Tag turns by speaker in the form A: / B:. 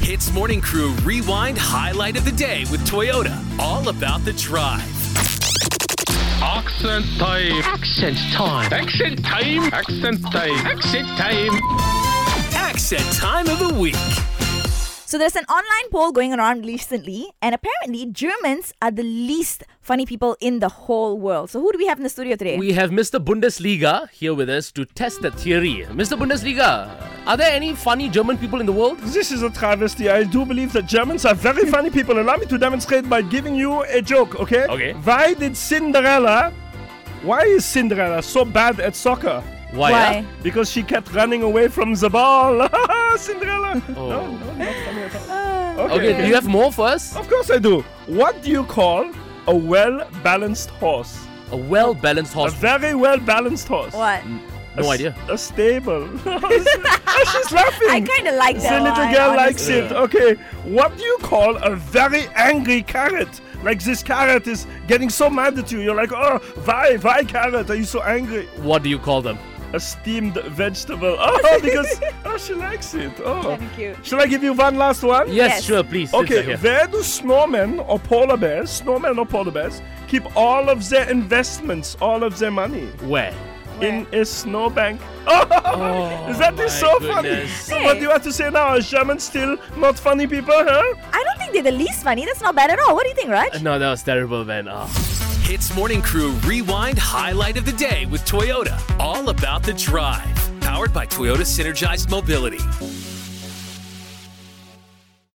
A: Hits Morning Crew Rewind Highlight of the Day with Toyota. All about the drive.
B: Accent time.
C: Accent time.
B: Accent time. Accent time. Accent time.
A: Accent time of the week.
D: So there's an online poll going around recently, and apparently Germans are the least funny people in the whole world. So who do we have in the studio today?
E: We have Mr. Bundesliga here with us to test the theory. Mr. Bundesliga, are there any funny German people in the world?
F: This is a travesty. I do believe that Germans are very funny people. Allow me to demonstrate by giving you a joke, okay?
E: Okay.
F: Why did Cinderella. Why is Cinderella so bad at soccer?
E: Why?
D: Why?
E: ah?
F: Because she kept running away from the ball. Cinderella!
E: Oh.
F: No, no, not funny at all.
E: Okay, do you have more for us?
F: Of course I do. What do you call a well balanced horse?
E: A well balanced
F: A
E: horse.
F: very well balanced horse.
D: what?
F: A
E: No
F: s-
E: idea.
F: A stable. Oh, She's laughing.
D: I kind of like
F: The
D: that.
F: little
D: one,
F: girl likes
D: honestly.
F: it. Okay. What do you call a very angry carrot? Like this carrot is getting so mad at you. You're like, oh, why, why carrot? Are you so angry?
E: What do you call them?
F: A steamed vegetable. Oh, because oh, she likes it. Oh.
D: Kinda cute.
F: Shall I give you one last one?
E: Yes,
D: Yes.
E: sure, please. since
F: Okay,
E: you're here.
F: where do snowmen or polar bears, snowmen or polar bears, keep all of their investments, all of their money?
E: Where?
F: In a snowbank. Oh, is that is so
E: goodness.
F: funny? What do you have to say now? Are Germans still not funny people, huh?
D: I don't think they're the least funny. That's not bad at all. What do you think, Raj?
E: No, that was terrible, man. Ah.
A: Hits Morning Crew Rewind Highlight of the Day with Toyota. All about the drive. Powered by Toyota Synergized Mobility.